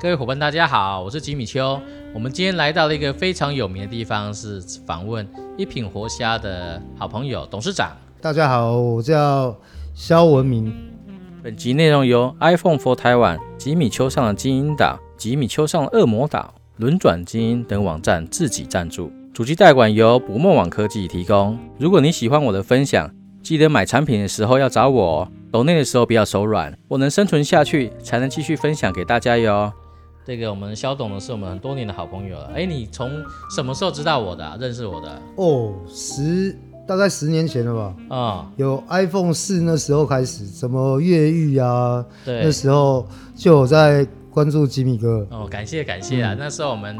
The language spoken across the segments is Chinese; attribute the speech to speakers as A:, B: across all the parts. A: 各位伙伴，大家好，我是吉米秋。我们今天来到了一个非常有名的地方，是访问一品活虾的好朋友董事长。
B: 大家好，我叫肖文明。
A: 本集内容由 iPhone for 台湾、吉米丘上的精英岛、吉米丘上的恶魔岛、轮转精英等网站自己赞助，主机代管由捕梦网科技提供。如果你喜欢我的分享，记得买产品的时候要找我哦，抖内的时候不要手软，我能生存下去才能继续分享给大家哟。这个我们肖董呢是我们很多年的好朋友了。哎，你从什么时候知道我的、啊认识我的？
B: 哦，十大概十年前了吧，
A: 啊、
B: 有 iPhone 四那时候开始，什么越狱啊，
A: 对
B: 那时候就有在关注吉米哥。
A: 哦，感谢感谢
B: 嗯
A: 啊！那时候我们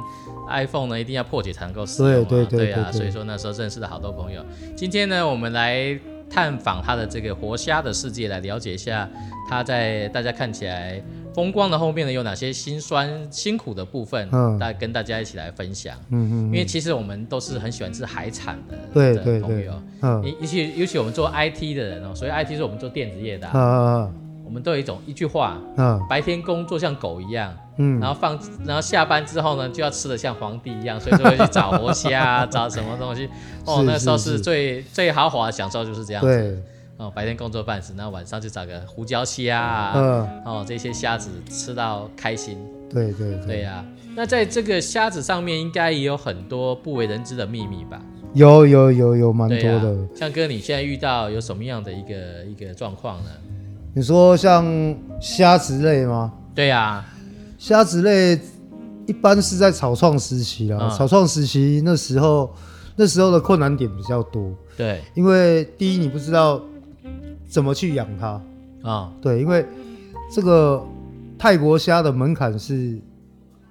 A: iPhone 呢一定要破解才能够使
B: 对
A: 用、啊，
B: 对对
A: 啊，
B: 对对
A: 所以说那时候认识了好多朋友。今天呢，我们来探访他的这个活虾的世界，来了解一下他在大家看起来风光的后面呢有哪些辛酸辛苦的部分，
B: 嗯
A: 大跟大家一起来分享。
B: 嗯
A: 因
B: 嗯
A: 为其实我们都是很喜欢吃海产的，
B: 对
A: 的
B: 对
A: 朋
B: 对
A: 友，
B: 嗯
A: 尤尤其尤其我们做 IT 的人哦，所以 IT 是我们做电子业的啊、
B: 啊啊
A: 我们都有一种一句话，
B: 啊啊
A: 白天工作像狗一样，
B: 嗯
A: 然后放，然后下班之后呢，就要吃的像皇帝一样，所以就会去找活虾、 啊，找什么东西。哦，
B: 是
A: 那时候
B: 是
A: 是
B: 是
A: 最最豪华的享受就是这样子。
B: 对，
A: 哦，白天工作半死，然后晚上就找个胡椒虾啊，
B: 嗯，
A: 哦，这些虾子吃到开心。
B: 对对
A: 对呀、
B: 嗯
A: 那在这个虾子上面应该也有很多不为人知的秘密吧？
B: 有有有有蛮多
A: 对啊呀、
B: 的。
A: 像哥，你现在遇到有什么样的一个一个状况呢？
B: 你说像虾子类吗？
A: 对啊呀、
B: 虾子类一般是在草创时期啦，
A: 嗯
B: 草创时期那时候那时候的困难点比较多，
A: 对
B: 因为第一你不知道怎么去养它，
A: 啊、
B: 对，因为这个泰国虾的门槛是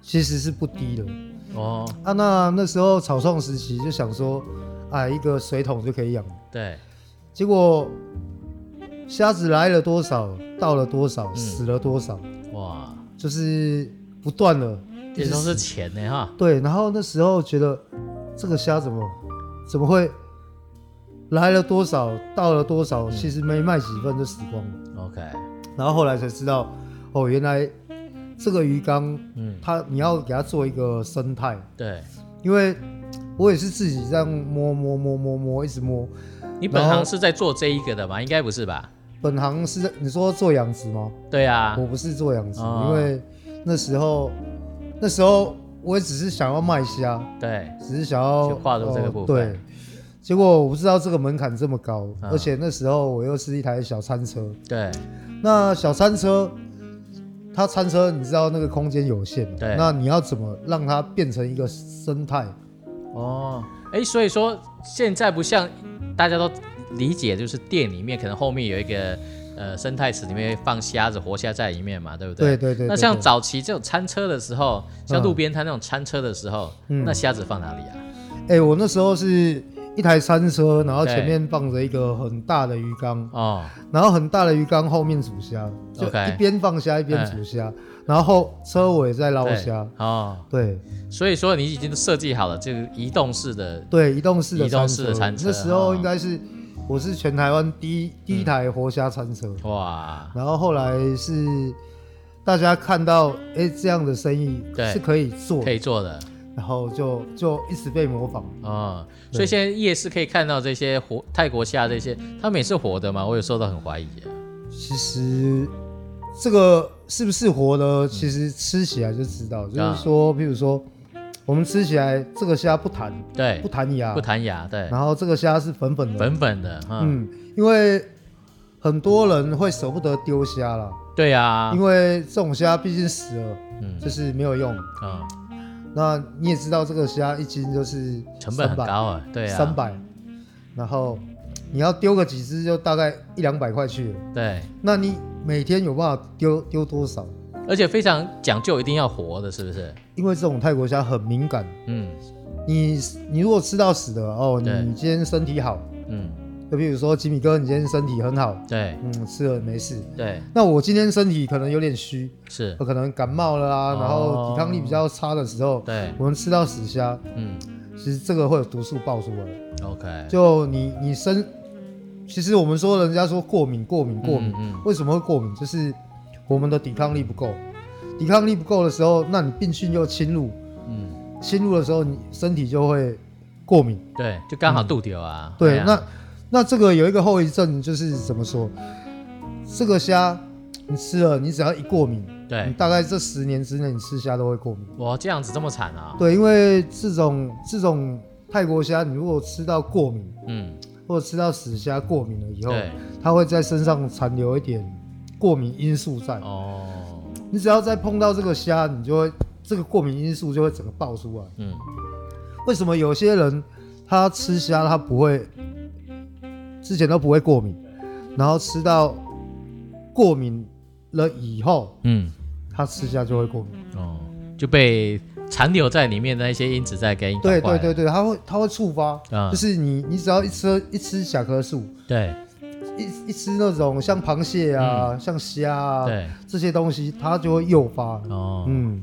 B: 其实是不低的
A: 哦，
B: 啊。那那时候草创时期就想说，啊，一个水桶就可以养，
A: 对，
B: 结果虾子来了多少，到了多少，
A: 嗯
B: 死了多少，
A: 哇，
B: 就是不断的。
A: 这都是钱呢哈。
B: 对，然后那时候觉得这个虾怎么怎么会来了多少，到了多少，其实没卖几份就死光了。
A: OK，
B: 然后后来才知道，哦，原来这个鱼缸
A: 嗯，
B: 它你要给它做一个生态，
A: 对，
B: 因为我也是自己这样摸摸摸摸摸，一直摸。
A: 你本
B: 然
A: 行
B: 后
A: 是在做这一个的吧？应该不是吧？
B: 本行是在你说做养殖吗？
A: 对啊
B: 我，不是做养殖，
A: 哦
B: 因为那时候那时候我也只是想要卖虾，
A: 对，
B: 只是想要
A: 就跨入这个部分
B: 哦对，结果我不知道这个门槛这么高，
A: 嗯
B: 而且那时候我又是一台小餐车，
A: 对，
B: 那小餐车，它餐车你知道那个空间有限嘛
A: 对
B: 那你要怎么让它变成一个生态？
A: 哦，哎，所以说现在不像大家都理解，就是店里面可能后面有一个呃生态池，里面会放虾子、活虾在里面嘛，对不对？
B: 对对对
A: 那
B: 对
A: 像
B: 对
A: 早期这种餐车的时候，像
B: 嗯
A: 路边摊那种餐车的时候，
B: 嗯
A: 那虾子放哪里啊？
B: 哎、我那时候是一台餐车，然后
A: 对
B: 前面放着一个很大的鱼缸，
A: 哦，
B: 然后很大的鱼缸后面煮虾，就
A: OK 嗯
B: 一边放虾一边煮虾，然后车尾在捞
A: 对
B: 虾。
A: 哦，
B: 对
A: 所以说你已经设计好了这个移动式的，
B: 对，移动式的
A: 移动
B: 餐
A: 式
B: 车，
A: 的餐车
B: 那时候
A: 哦
B: 应该是、我是全台湾第一第一台活虾餐车。
A: 哇，
B: 然后后来是大家看到，哎，这样的生意
A: 对
B: 是可以做
A: 可
B: 的，
A: 以做的。
B: 然后就就一直被模仿。
A: 哦，
B: 对
A: 所以现在夜市可以看到这些活泰国虾这些，他们也是活的吗？我有时候都很怀疑耶。
B: 其实这个是不是活的，其实吃起来就知道。
A: 啊
B: 就是说，譬如说，我们吃起来这个虾不弹，
A: 对
B: 不，弹牙
A: 不，弹牙，对，
B: 然后这个虾是粉粉的，
A: 粉粉的，嗯，
B: 嗯，因为很多人会舍不得丢虾啦，
A: 对啊，
B: 因为这种虾毕竟死了，
A: 嗯
B: 就是没有用。
A: 嗯，
B: 那你也知道，这个虾一斤就是
A: 成本很
B: 300
A: 高啊，对啊，
B: 三，百，然后你要丢个几只，就大概一两百块去了。
A: 对，
B: 那你每天有办法丢丢多少？
A: 而且非常讲究，一定要活的，是不是？
B: 因为这种泰国虾很敏感，
A: 嗯
B: 你你如果吃到死的哦，你
A: 对
B: 你今天身体好，
A: 嗯，
B: 就比如说吉米哥，你今天身体很好，
A: 对
B: 嗯，吃了没事。
A: 对
B: 那我今天身体可能有点虚，
A: 是，
B: 我可能感冒了啊，
A: 哦
B: 然后抵抗力比较差的时候，
A: 对，
B: 我们吃到死虾，
A: 嗯
B: 其实这个会有毒素爆出来。
A: ，OK，
B: 就你你身，其实我们说人家说过敏过敏过敏，
A: 嗯嗯
B: 为什么会过敏？就是我们的抵抗力不够，抵抗力不够的时候，那你病菌又侵入，
A: 嗯，
B: 侵入的时候你身体就会过敏。
A: 对，就刚好渡掉啊。哎
B: 嗯对，
A: 呀
B: 那那这个有一个后遗症就是怎么说？这个虾你吃了，你只要一过敏，你
A: 对
B: 大概这十年之内你吃虾都会过敏。
A: 我这样子这么惨啊，
B: 对，因为这种这种泰国虾，你如果吃到过敏，
A: 嗯，
B: 或者吃到死虾过敏了以后，
A: 对，
B: 它会在身上残留一点过敏因素在。
A: 哦，
B: 你只要再碰到这个虾，你就会这个过敏因素就会整个爆出来。
A: 嗯，
B: 为什么有些人他吃虾他不会，之前都不会过敏，然后吃到过敏了以后，
A: 嗯，
B: 他吃虾就会过敏。
A: 哦，就被残留在里面的那些因子在给你搞
B: 对
A: 坏
B: 对对对，他会他会触发，
A: 啊
B: 就是你你只要一吃一吃甲壳素，
A: 对
B: 一一吃那种像螃蟹啊、像虾啊
A: 嗯对，
B: 这些东西，它就会诱发。
A: 哦，
B: 嗯，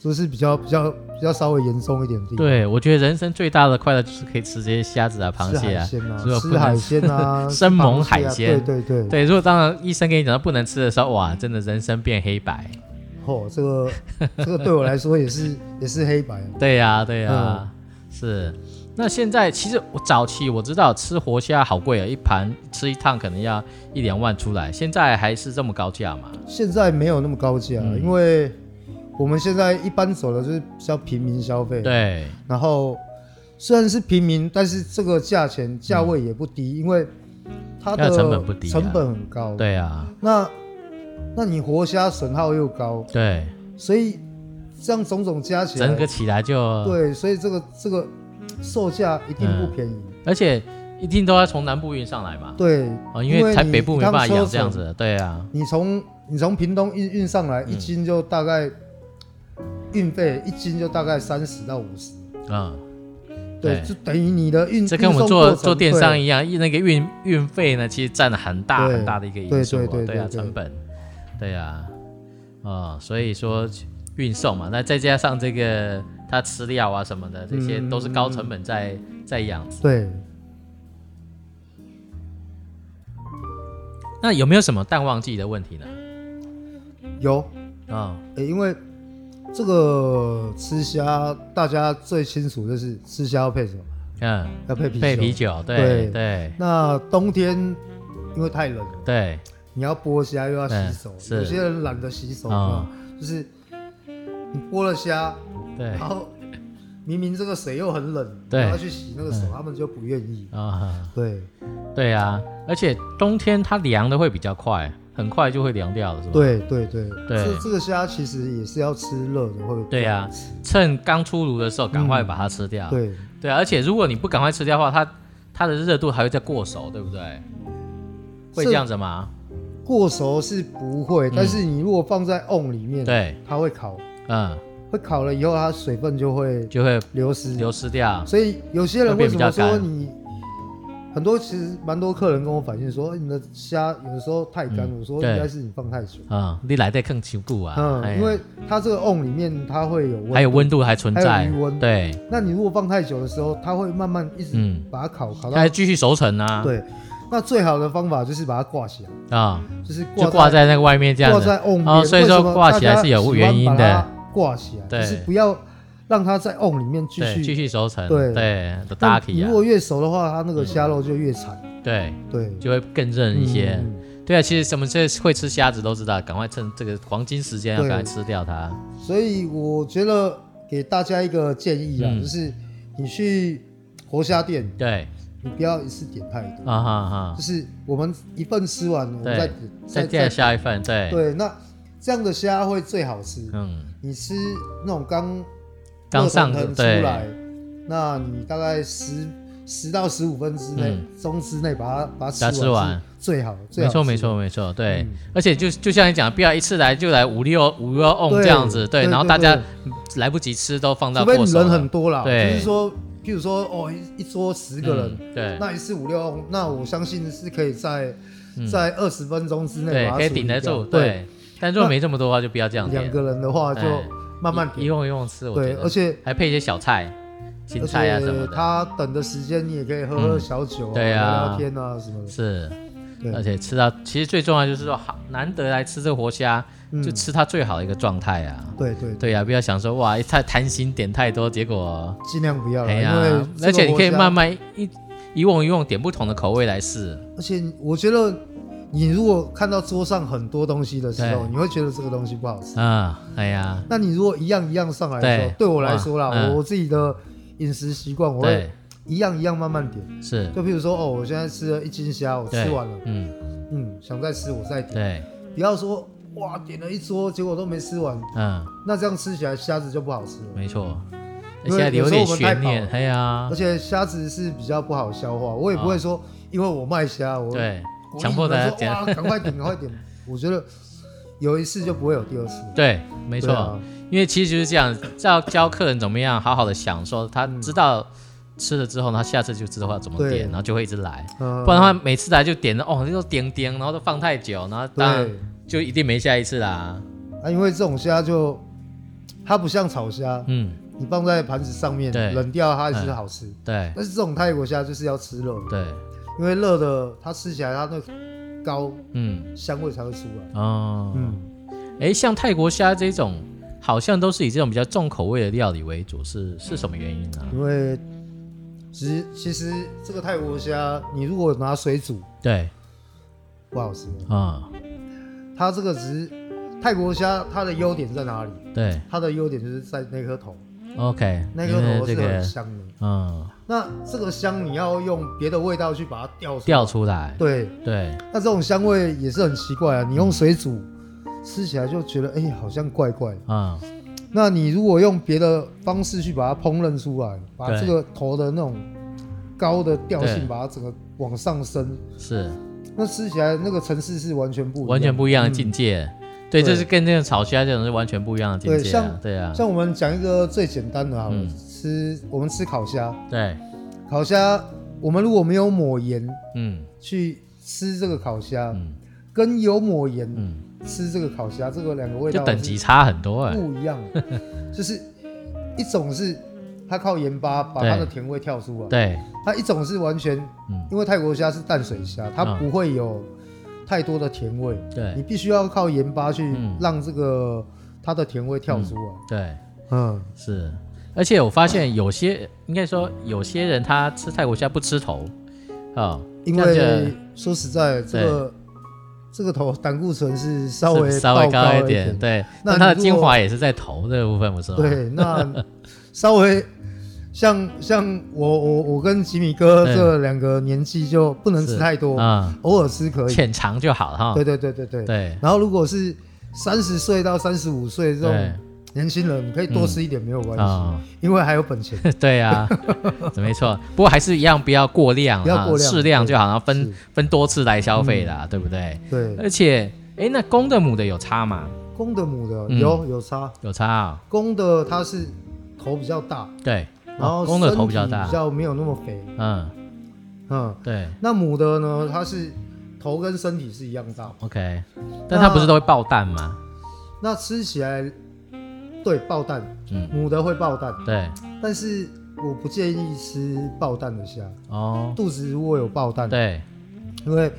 B: 这是比较比较比较稍微严重一点的地方。
A: 对，我觉得人生最大的快乐就是可以吃这些虾子啊、螃蟹啊。
B: 吃海鲜啊，
A: 如果不
B: 吃
A: 能
B: 海鲜 啊，
A: 生
B: 吃螃
A: 猛
B: 蟹啊
A: 海鲜
B: 对对对，
A: 对，如果当然医生给你讲到不能吃的时候，哇，真的人生变黑白。
B: 哦，这个这个对我来说也是也是黑白，
A: 对呀、对呀、
B: 嗯
A: 是。那现在其实我早期我知道吃活虾好贵啊，一盘吃一趟可能要一两万出来，现在还是这么高价嘛？
B: 现在没有那么高价，
A: 嗯
B: 因为我们现在一般走的就是比较平民消费，，
A: 对，
B: 然后虽然是平民，但是这个价钱价位也不低，因为它
A: 它
B: 的
A: 的嗯成本不低啊
B: 成本很高，，
A: 对啊，
B: 那那你活虾损耗又高，
A: 对，
B: 所以这样种种加起来，
A: 整个起来就，
B: 对，所以这个这个售价一定不便宜。
A: 而且一定都要从南部运上来嘛，
B: 对，
A: 哦，因
B: 因
A: 为
B: 为
A: 台
B: 你
A: 北部
B: 一
A: 没
B: 趟
A: 办法
B: 车
A: 养这样
B: 程
A: 子，嗯对啊，
B: 你从你从屏东运运上来一斤就大概、运费一斤就大概三十到五十，
A: 嗯，
B: 对，就等于你的运
A: 这跟我们
B: 运送过
A: 做
B: 程
A: 做电商
B: 对
A: 一样，一那个运运费呢，其实占了很大
B: 对
A: 很大的一个因
B: 对
A: 素、啊，
B: 对对
A: 啊，
B: 对对
A: 成本，对啊，啊、所以说运送嘛，那再加上这个它吃料啊什么的，这
B: 嗯
A: 些都是高成本在、在养。
B: 对
A: 那有没有什么淡旺季的问题呢？
B: 有、
A: 啊、
B: 诶因为这个吃虾大家最清楚就是吃虾要配什么，
A: 嗯，
B: 要配啤酒。
A: 配啤酒，对
B: 对
A: 对
B: 那冬天因为太冷了，
A: 对，
B: 你要剥虾又要洗手
A: 嗯，是
B: 有些人懒得洗手，
A: 啊
B: 就是你剥了虾，
A: 对
B: 然
A: 啊
B: 后明明这个水又很冷，
A: 对嗯
B: 然后去洗那个手，他们就不愿意。、
A: 啊
B: 对
A: 对啊，而且冬天它凉的会比较快，很快就会凉掉了，是吧？
B: 对对对，
A: 对
B: 这这个虾其实也是要吃热的，会
A: 对啊，趁刚出炉的时候，赶快把它吃掉。
B: 嗯对
A: 对啊，而且如果你不赶快吃掉的话，它它的热度还会再过熟，对不对？会
B: 是
A: 这样子吗？
B: 过熟是不会，但是你如果放在瓮里面，
A: 嗯对，
B: 它会烤，
A: 嗯，
B: 会烤了以后它水分就会
A: 就会
B: 流失，
A: 流失掉。
B: 所以有些人为什么
A: 会
B: 说
A: 变比较
B: 你很多其实蛮多客人跟我反映说哎你的虾有的时候太干，
A: 嗯
B: 我说
A: 对
B: 应该是你放太久，
A: 嗯，你来得更久固啊，哎
B: 嗯，因为它这个瓮里面它会有温，
A: 还有温度还存
B: 还
A: 在
B: 有余温，
A: 对，
B: 那你如果放太久的时候，它会慢慢一直
A: 嗯
B: 把它烤烤
A: 它
B: 到
A: 还继续熟成啊，
B: 对。那最好的方法就是把它挂起来，
A: 啊，
B: 就是
A: 就
B: 挂
A: 挂在那个外面这样
B: 挂
A: 子，
B: 在瓮里
A: 哦
B: 面。
A: 所以说挂起来是有原因的，
B: 挂起来
A: 对
B: 就是不要让它在瓮里面继
A: 对，
B: 续
A: 继续熟成，
B: 对
A: 对，都
B: 那
A: 搭起
B: 你
A: 啊
B: 如，果越熟的话，它那个虾肉就越柴，
A: 对，
B: 对，
A: 就会更韧一些。
B: 嗯
A: 对啊，其实什么这会吃虾子都知道，赶快趁这个黄金时间要
B: 对
A: 赶快吃掉它。
B: 所以我觉得给大家一个建议啊，
A: 嗯
B: 就是你去活虾店，
A: 对，
B: 你不要一次点太多，
A: 啊哈哈
B: 就，是我们一份吃完，我们
A: 对
B: 再点
A: 再再下一份，对，
B: 对，那这样的虾会最好吃。
A: 哎嗯，
B: 你吃那种刚
A: 刚上
B: 热腾腾出
A: 对
B: 来，那你大概十十到十五分之内，中之内把它把
A: 嗯把它
B: 它
A: 吃完
B: 完，最好，最
A: 没
B: 好
A: 错
B: 吃
A: 没，错没错，对，
B: 嗯
A: 而且就就像你讲，不要一次来就来五六五六 on
B: 对
A: 这样子，对，
B: 对
A: 然后
B: 对
A: 大家
B: 对
A: 来不及吃都放到
B: 除非
A: 过
B: 你
A: 手
B: 人
A: 了
B: 很多啦，
A: 对
B: 就是说，譬如说哦，一一桌十个人，
A: 嗯对
B: 那一次五六，那我相信是可以在
A: 嗯
B: 在二十分钟之内
A: 对，
B: 把它
A: 可以
B: 处
A: 顶
B: 理
A: 得
B: 掉
A: 住，
B: 对，
A: 对。但如果
B: 那
A: 没这么多的话，就不要这样点
B: 两，个人的话就
A: 哎
B: 慢慢
A: 一一
B: 点，
A: 用一用吃，我觉
B: 对，
A: 得
B: 而且
A: 还配一些小菜、青
B: 而
A: 菜啊什么
B: 且
A: 的，
B: 他等的时间你也可以喝喝
A: 嗯
B: 小酒啊，
A: 对啊呃
B: 聊聊天啊什么的，
A: 是，
B: 对
A: 而且吃到其实最重要就是说，好难得来吃这个活虾，
B: 嗯
A: 就吃它最好的一个状态啊。
B: 对对对，
A: 对呀、不要想说哇，太贪心点太多，结果
B: 尽量不要了，
A: 哎呀、
B: 啊因为这个
A: 而且你可以
B: 活虾
A: 慢，慢一一瓮一瓮点不同的口味来试。
B: 而且我觉得你如果看到桌上很多东西的时候，
A: 对
B: 你会觉得这个东西不好吃。
A: 啊，哎呀，
B: 那你如果一样一样上来的时候
A: 对，
B: 对我来说啦，
A: 哇
B: 我、
A: 嗯
B: 我自己的饮食习惯，我会
A: 对，
B: 一样一样慢慢点。
A: 是，
B: 就譬如说，哦，我现在吃了一斤虾，我
A: 对
B: 吃完了，
A: 嗯，
B: 嗯，想再吃我再点，
A: 对，
B: 不要说哇点了一桌，结果都没吃完，
A: 嗯，
B: 那这样吃起来虾子就不好吃了。
A: 没错。
B: 因
A: 现
B: 为
A: 在留点悬
B: 有时候我
A: 念，
B: 们
A: 哎呀
B: 而，且虾子是比较不好消化，我也不会说，因为我卖虾，我
A: 啊对，
B: 鼓励
A: 强迫大家
B: 你们说啊
A: 讲，
B: 哇，赶快点，赶快点。我觉得有一次就不会有第二次。
A: 对，没错。
B: 对啊
A: 因为其实就是这样，教教客人怎么样好好的享受，他知道吃了之后，他下次就知道怎么
B: 对
A: 点，然后就会一直来。
B: 嗯
A: 不然的话，每次来就点了哦，那种点点，然后都放太久，然后当然
B: 对
A: 就一定没下一次啦。
B: 啊，因为这种虾就它不像炒虾，
A: 嗯，
B: 你放在盘子上面
A: 对嗯
B: 冷掉它还是好吃。
A: 对
B: 但是这种泰国虾就是要吃热的，
A: 对，
B: 因为热的它吃起来它那个高
A: 嗯
B: 香味才会出来。
A: 哦，
B: 嗯，
A: 哎、像泰国虾这种，好像都是以这种比较重口味的料理为主，是是什么原因呢、
B: 因为其实其实这个泰国虾，你如果拿水煮
A: 对，
B: 不好吃。
A: 啊、
B: 它这个只是泰国虾，它的优点在哪里？
A: 对
B: 它的优点就是在那颗头，
A: ，OK，
B: 那
A: 因
B: 颗
A: 为
B: 头
A: 这
B: 是很
A: 个，
B: 香的。
A: 嗯，
B: 那这个香你要用别的味道去把它调出来。
A: 调出来，
B: 对，
A: 对，
B: 那这种香味也是很奇怪啊。你用水煮，吃起来就觉得哎、好像怪怪的。
A: 嗯，
B: 那你如果用别的方式去把它烹饪出来，把
A: 对
B: 这个头的那种高的调
A: 对
B: 性，把它整个往上升，
A: 是。
B: 那吃起来那个层次是完全不一样的
A: 完全不一样的
B: 嗯
A: 境界。对，
B: 对
A: 这是跟那个炒虾这种是完全不一样的境
B: 对
A: 界、啊
B: 像。
A: 对啊，
B: 像我们讲一个最简单的好了，
A: 嗯
B: 吃我们吃烤虾，
A: 对，
B: 烤虾我们如果没有抹盐
A: 嗯
B: 去吃这个烤虾，
A: 嗯
B: 跟有抹盐
A: 嗯，
B: 吃这个烤虾，这个两个味
A: 就
B: 道
A: 等级差很多哎、
B: 是不一样的， 就是一种是它靠盐巴把它
A: 对
B: 的甜味跳出来，
A: 对，
B: 它一种是完全
A: 嗯
B: 因为泰国虾是淡水虾，它
A: 嗯
B: 不会有太多的甜味，
A: 对
B: 你必须要靠盐巴去
A: 嗯
B: 让这个它的甜味跳出来，
A: 对
B: 嗯。
A: 是。而且我发现有些应该说有些人他吃泰国虾不吃头啊、
B: 因
A: 这样
B: 为
A: 就
B: 说实在，这个这个头胆固醇是稍微
A: 是稍微
B: 爆
A: 高
B: 一
A: 一点，对，
B: 那
A: 但它的
B: 你如
A: 精
B: 果
A: 华也是在头这个部分，不是吗？
B: 对，那 稍微像像我我我跟吉米哥
A: 对
B: 这两个年纪就不能吃
A: 是
B: 太多，
A: 啊、
B: 偶尔吃可以。
A: 浅尝就好了哈。
B: 对对对对对。
A: 对
B: 然后如果是三十岁到三十五岁这
A: 对
B: 种年轻人，可以多吃一点没有关
A: 啊
B: 系，因为还有本 钱。
A: 对啊，没错。不过还是一样，不要过量啊，
B: 不要过量
A: 适量就好，然后分
B: 是嗯
A: 分多次来消费啦，对不对？
B: 对，
A: 而且，哎，那公的母的有差吗？
B: 公的母的
A: 嗯
B: 有有差，
A: 有差啊、
B: 公的它是头比较大，
A: 对，
B: 然后
A: 哦公的头
B: 身
A: 比较
B: 体
A: 大
B: 比，较没有那么肥。
A: 嗯，
B: 嗯，
A: 对
B: 那母的呢，它是头跟身体是一样大，
A: ，OK。但它不是都会爆蛋吗？
B: 那吃起来对爆蛋，
A: 嗯，
B: 母的会爆蛋，
A: 对，
B: 但是我不建议吃爆蛋的虾，
A: 哦，
B: 肚子如果有爆蛋，
A: 对，
B: 因为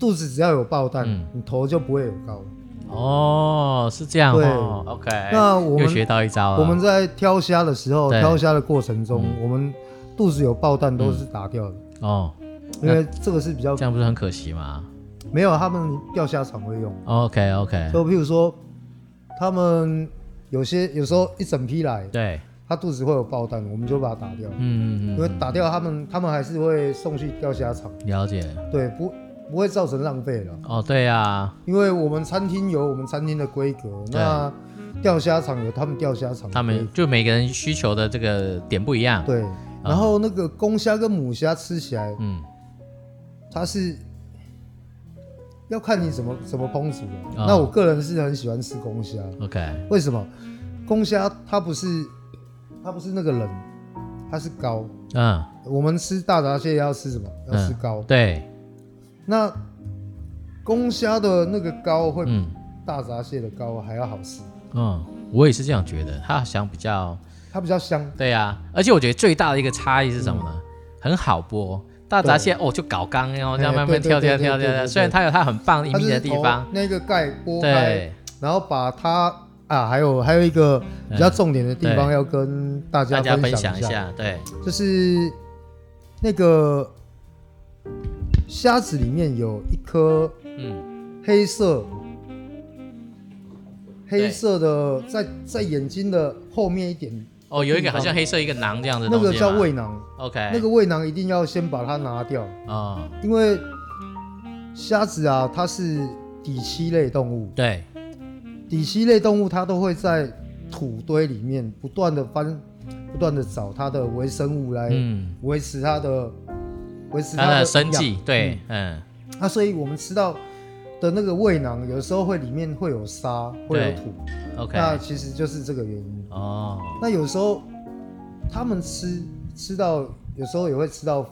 B: 肚子只要有爆蛋，
A: 嗯
B: 你头就不会有高。
A: 哦，是这样哦，OK。
B: 那我
A: 又学
B: 们
A: 到一招了，
B: 我们在挑虾的时候，
A: 对
B: 挑虾的过程中，
A: 嗯
B: 我们肚子有爆蛋都是打掉的，
A: 哦，
B: 因为这个是比较
A: 这样不是很可惜吗哦
B: 没有他们钓虾场会用，
A: ？OK OK，
B: 就譬如说他们有些有时候一整批来。
A: 对，
B: 它肚子会有爆弹，我们就把它打掉，
A: 嗯嗯
B: 因为
A: 嗯，
B: 打掉他们，他们还是会送去钓虾场，
A: 了解。
B: 对，不不会造成浪费了，
A: 哦，对啊，
B: 因为我们餐厅有我们餐厅的规格，
A: 对
B: 那钓虾场有他们钓虾场的规格，
A: 他们就每个人需求的这个点不一样。，
B: 对，然后那个公虾跟母虾吃起来，
A: 嗯，
B: 它是要看你怎么怎么烹煮的。
A: 啊
B: 那我个人是很喜欢吃公虾，
A: OK，
B: 为什么？公虾它不是它不是那个冷，它是膏。
A: 嗯，
B: 我们吃大闸蟹要吃什么？要吃
A: 嗯
B: 膏。
A: 对，
B: 那公虾的那个膏会比
A: 嗯
B: 大闸蟹的膏还要好吃，
A: 嗯，我也是这样觉得。他好像比较，
B: 它比较香。
A: 对啊，而且我觉得最大的一个差异是什么呢？很好剥。大闸蟹哦，就搞刚，然后这样
B: 嗯哎
A: 慢慢
B: 对对
A: 跳
B: 对
A: 跳
B: 对
A: 跳
B: 对
A: 跳
B: 对
A: 跳。
B: 对
A: 虽然它有它很棒的一
B: 它就
A: 面
B: 是
A: 的地方
B: 头，那个盖剥开，
A: 对
B: 然后把它啊，还有还有一个比较重点的地
A: 嗯
B: 方
A: 对
B: 要跟
A: 大
B: 大家
A: 家
B: 分
A: 分
B: 享
A: 享一下，对，
B: 就是那个虾子里面有一颗
A: 嗯，
B: 黑色
A: 对
B: 黑色的，在在眼睛的后面一点，
A: 哦，有一个好像黑色一个囊这样的
B: 那
A: 东西哎
B: 个
A: 吗，
B: 叫胃囊，
A: ，OK，
B: 那个胃囊一定要先把它拿掉，
A: 哦，
B: 因为虾子啊，它是底栖类动物，
A: 对，
B: 底栖类动物它都会在土堆里面不断的翻，不断的找它的微生物来
A: 嗯，
B: 维持它的维持
A: 它
B: 哎它
A: 的
B: 的
A: 生
B: 营养
A: 计，对，嗯，
B: 那所以我们吃到的那个胃囊，有时候会里面会有沙，会
A: 对
B: 有土，
A: 嗯 OK，
B: 那其实就是这个原因。
A: 哦，
B: 那有时候他们吃吃到，有时候也会吃到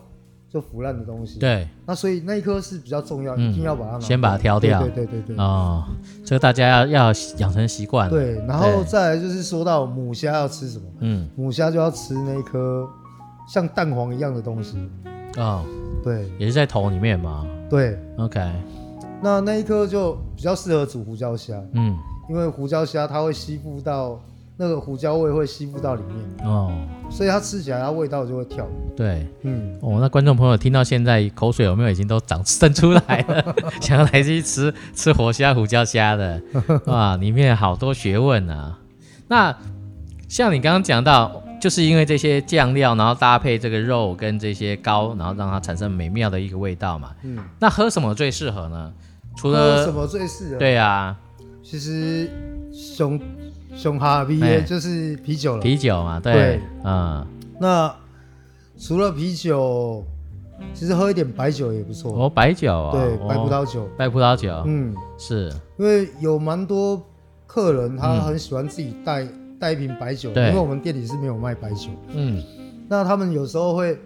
B: 就腐烂的东西。，
A: 对，
B: 那所以那一颗是比较重要，
A: 嗯
B: 一定要把它拿
A: 先把它挑掉
B: 对对对对对。
A: 哦，这个大家要要养成习惯，，
B: 对，然后
A: 啊对
B: 再来就是说到母虾要吃什么，
A: 嗯，
B: 母虾就要吃那颗像蛋黄一样的东西。
A: 哦，
B: 对
A: 也是在头里面嘛
B: 对，
A: ，OK，
B: 那那一颗就比较适合煮胡椒虾。
A: 嗯，
B: 因为胡椒虾它会吸附到那个胡椒味会吸附到里面，
A: 哦，
B: 所以它吃起来它味道就会跳。
A: 对，
B: 嗯，
A: 哦，那观众朋友听到现在，口水有没有已经都长渗出来了？ 想要来去吃吃活虾、胡椒虾 的，哇，里面好多学问啊！那像你刚刚讲到，就是因为这些酱料，然后搭配这个肉跟这些膏，然后让它产生美妙的一个味道嘛。
B: 嗯，
A: 那喝什么最适合呢？除
B: 喝什
A: 了
B: 么最适合？，
A: 对啊，
B: 其实熊熊哈啤
A: 哎
B: 就是啤酒了。
A: 啤酒嘛，对，
B: 对
A: 嗯，
B: 那除了啤酒，其实喝一点白酒也不错。
A: 哦，白酒啊、
B: 对，
A: 哦
B: 白葡萄酒。
A: 白葡萄酒，
B: 嗯，
A: 是，
B: 因为有蛮多客人他很喜欢自己带带一瓶白酒，因
A: 对
B: 为我们店里是没有卖白酒。
A: 嗯，
B: 那他们有时候会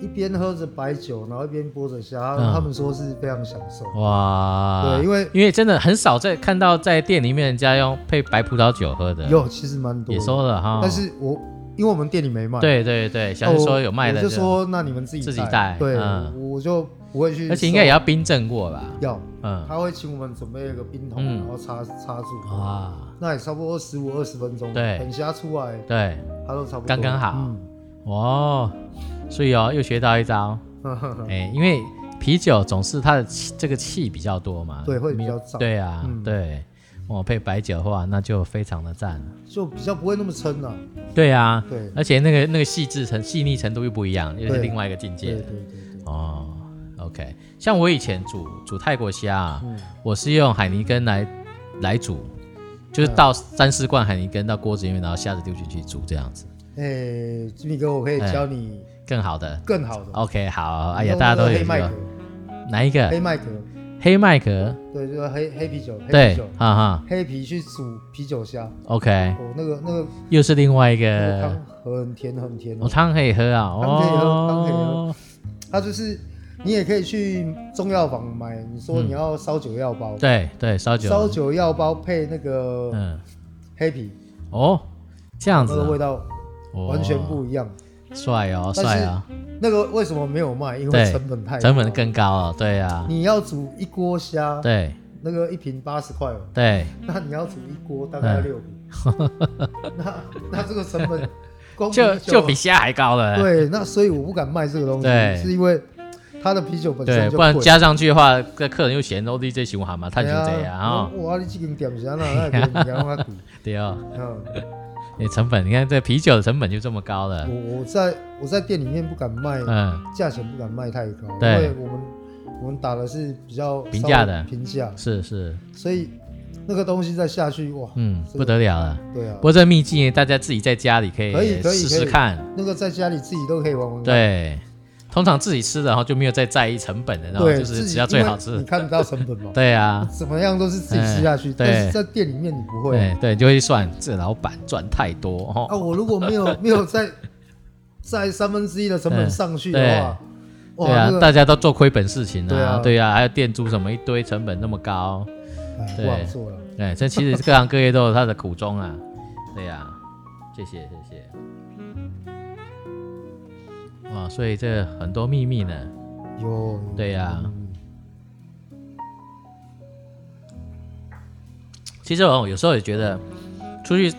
B: 一边喝着白酒，然后一边剥着虾，
A: 嗯
B: 他们说是非常享受。
A: 哇，
B: 对，因为
A: 因为真的很少在看到在店里面人家用配白葡萄酒喝的，
B: 有其实蛮多
A: 也
B: 的，
A: 收了哈。
B: 但是我因为我们店里没卖，
A: 对对对，
B: 那
A: 小
B: 我，
A: 是说有卖的，
B: 我就说那你们自己
A: 自己带
B: 对，
A: 嗯
B: 我就不会去收，
A: 而且应该也要冰镇过吧？
B: 要，
A: 嗯，
B: 他会请我们准备一个冰桶，
A: 嗯
B: 然后插插住，
A: 哇，
B: 那也差不多十五二十分钟，
A: 对
B: 等虾出来，
A: 对，
B: 它都差不多，
A: 刚刚好
B: 嗯，
A: 哦，所以哦，又学到一招，
B: 嗯
A: 哎，因为啤酒总是它的气这个气比较多嘛，
B: 对会比较燥
A: 对啊，
B: 嗯
A: 对，哦，配白酒的话，那就非常的赞了，
B: 就比较不会那么撑了、
A: 对啊，
B: 对，
A: 而且那个那个细致程细腻程度又不一样，又是
B: 对
A: 另外一个境界
B: 对对。对对，
A: 哦，OK，像我以前煮煮泰国虾、啊，
B: 嗯，
A: 我是用海泥根来来煮，就是
B: 嗯
A: 倒三四罐海泥根到锅子里面，然后虾子丢进去煮，这样子
B: 哎，吉米哥，我可以
A: 哎
B: 教你
A: 更好的。
B: 更好的。
A: OK，好，哎呀，
B: 嗯用
A: 大家
B: 那个
A: 都有
B: 黑
A: 一
B: 麦
A: 个哎
B: 壳，
A: 哪一个
B: 黑麦壳，
A: 黑麦壳？
B: 对，就是黑黑啤酒，黑啤
A: 对
B: 酒，，
A: 哈哈
B: 黑啤去煮啤酒虾，
A: ，OK，
B: 哦，那个那个
A: 又是另外一
B: 那个
A: 个
B: 汤，很甜很甜
A: 哦，
B: 哦，
A: 汤可以喝啊，
B: 汤可以喝汤可以喝
A: 哦，
B: 它就是你也可以去中药房买，你说
A: 嗯
B: 你要烧酒药包，
A: 对对，烧酒，
B: 烧，酒药包配那个
A: 嗯，
B: 黑啤，
A: 哦，这样
B: 那
A: 子
B: 个味
A: 啊，
B: 道
A: 哦
B: 完全不一样。
A: 帅哦，
B: 但是
A: 帅啊，
B: 那个为什么没有卖？因为
A: 对
B: 成本太高
A: 成本更高了，对啊，
B: 你要煮一锅虾，
A: 对
B: 那个一瓶八十块哦，
A: 对，
B: 那你要煮一锅大概要
A: 嗯
B: 六瓶，那那这个成 本光
A: 就
B: 啤酒啊
A: 就比虾还高了。
B: 对，那所以我不敢卖这个东
A: 对
B: 西，是因为它的啤酒本
A: 对
B: 身就
A: 不然
B: 贵。
A: 加上去的话，这客人又嫌 O D 这行蛤蟆太
B: 对
A: 就这样啊
B: 啊！，我我你这间店是安 那那别人家我贵，
A: 对哦，
B: 嗯，
A: 你成本，你看这啤酒的成本就这么高了，
B: 我我在我在店里面不敢卖，
A: 嗯，
B: 价钱不敢卖太高，因
A: 对
B: 为我们我们打的是比较
A: 平价的
B: 稍微平价，
A: 是是，
B: 所以那个东西再下去哇，
A: 嗯，
B: 这个
A: 不得了了。
B: 对啊
A: 不，过这秘籍大家自己在家里可
B: 可以
A: 以
B: 可以
A: 试
B: 可
A: 试
B: 以
A: 看，
B: 那个在家里自己都可以玩玩看，
A: 对，通常自己吃的，然后就没有再在意成本的，然后
B: 对，
A: 就是
B: 自己
A: 只要最
B: 因为
A: 好吃，
B: 你，看得到成本嘛
A: 对 啊，
B: 怎么样都是自己吃下去，
A: 哎对
B: 但是在店里面你不会
A: 哎对对，就会算这老板赚太多
B: 啊，
A: 哦，
B: 我如果 没有没有在在三分之一的成本上去的话，哇，
A: 对啊
B: 那，个
A: 大家都做亏本事情
B: 对
A: 啊，
B: 啊
A: 对啊，还有店租什么一堆成本那么高，
B: 哎
A: 对
B: 不好做了。
A: 哎，这其实各行各业都有它的苦衷啊。 对呀、谢谢谢谢。哇，所以这很多秘密呢。啊
B: 有，
A: 对呀、其实哦我有时候也觉得，出去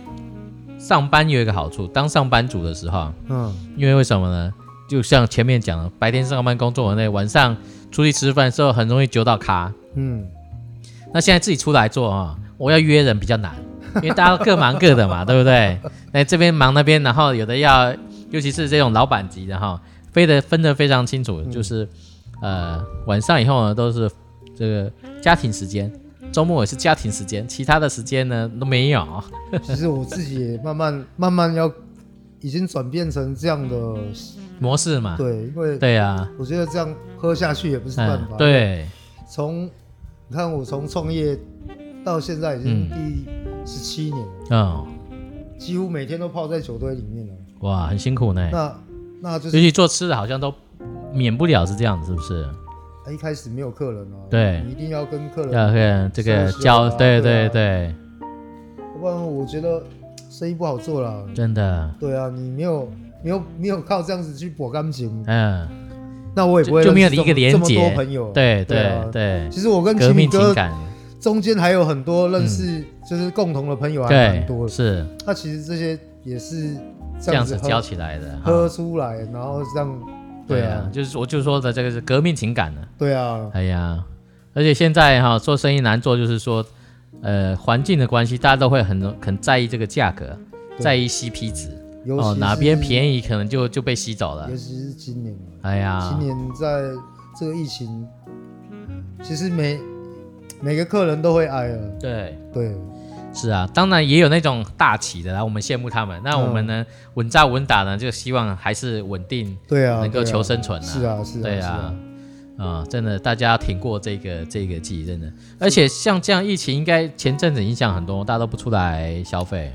A: 上班有一个好处，当上班族的时候啊，
B: 嗯，
A: 因为为什么呢？就像前面讲的，白天上班工作很累，晚上出去吃饭的时候很容易揪到咖。
B: 嗯，
A: 那现在自己出来做啊，我要约人比较难，因为大家各忙各的嘛， 对不对？那这边忙那边，然后有的要，尤其是这种老板级的哈，分得分得非常清楚，就是呃晚上以后呢都是这个家庭时间，周末也是家庭时间，其他的时间呢都没有。
B: 其实我自己也慢慢慢慢要，已经转变成这样的，
A: 模式嘛。
B: 对，因为
A: 对啊，
B: 我觉得这样喝下去也不是办
A: 嗯
B: 法。，
A: 对，
B: 从你看我从创业到现在已经第十七年了，
A: 嗯，
B: 几乎每天都泡在酒堆里面了。
A: 哇，很辛苦呢。
B: 那那就
A: 尤
B: 是
A: 其做吃的，好像都免不了是这样子，是不是？
B: 一开始没有客人啊，
A: 对啊
B: 你一定要跟客人，
A: 要跟这个
B: 是啊
A: 交，对对
B: 对啊
A: 对，
B: 要不然我觉得生意不好做了。
A: 真的，
B: 对啊，你没有没有没有靠这样子去博感情，
A: 嗯，
B: 那我也不会
A: 就就没有
B: 认识
A: 一个连
B: 这么这么
A: 结
B: 多朋友。
A: 对
B: 啊
A: 对对，
B: 其实我跟
A: 革
B: 吉米
A: 命情
B: 哥
A: 感，嗯
B: 中间还有很多认识，就是共同的朋友还蛮
A: 对，
B: 多的。
A: 是
B: 那其实这些也是
A: 这
B: 这
A: 样
B: 样
A: 子
B: 喝
A: 交起来的。
B: 喝
A: 哈
B: 出来，然后这样，
A: 对
B: 对
A: 啊
B: 啊，，
A: 就是我就说的这个是革命情感呢。
B: 对啊，
A: 哎呀，而且现在哈做生意难做，就是说，呃，环境的关系，大家都会很很在意这个价格，
B: 对
A: 在意 CP 值。
B: 尤其
A: 哦，哪边
B: 宜，
A: 便宜可能就就被吸走了
B: 尤。其是今年啊，
A: 哎呀
B: 今，年在这个疫情，其实每每个客人都会挨了，
A: 对，
B: 对，
A: 是啊，当然也有那种大起的啦，我们羡慕他们。那我们
B: 嗯
A: 呢，稳扎稳打呢，就希望还是稳定
B: 对啊，
A: 能够
B: 对啊
A: 求生存啊。
B: 是啊，是啊，
A: 对
B: 是
A: 啊，，啊，真的，大家挺过这个这个季，真的。而且像这样疫情，应该前阵子影响很多，大家都不出来消费。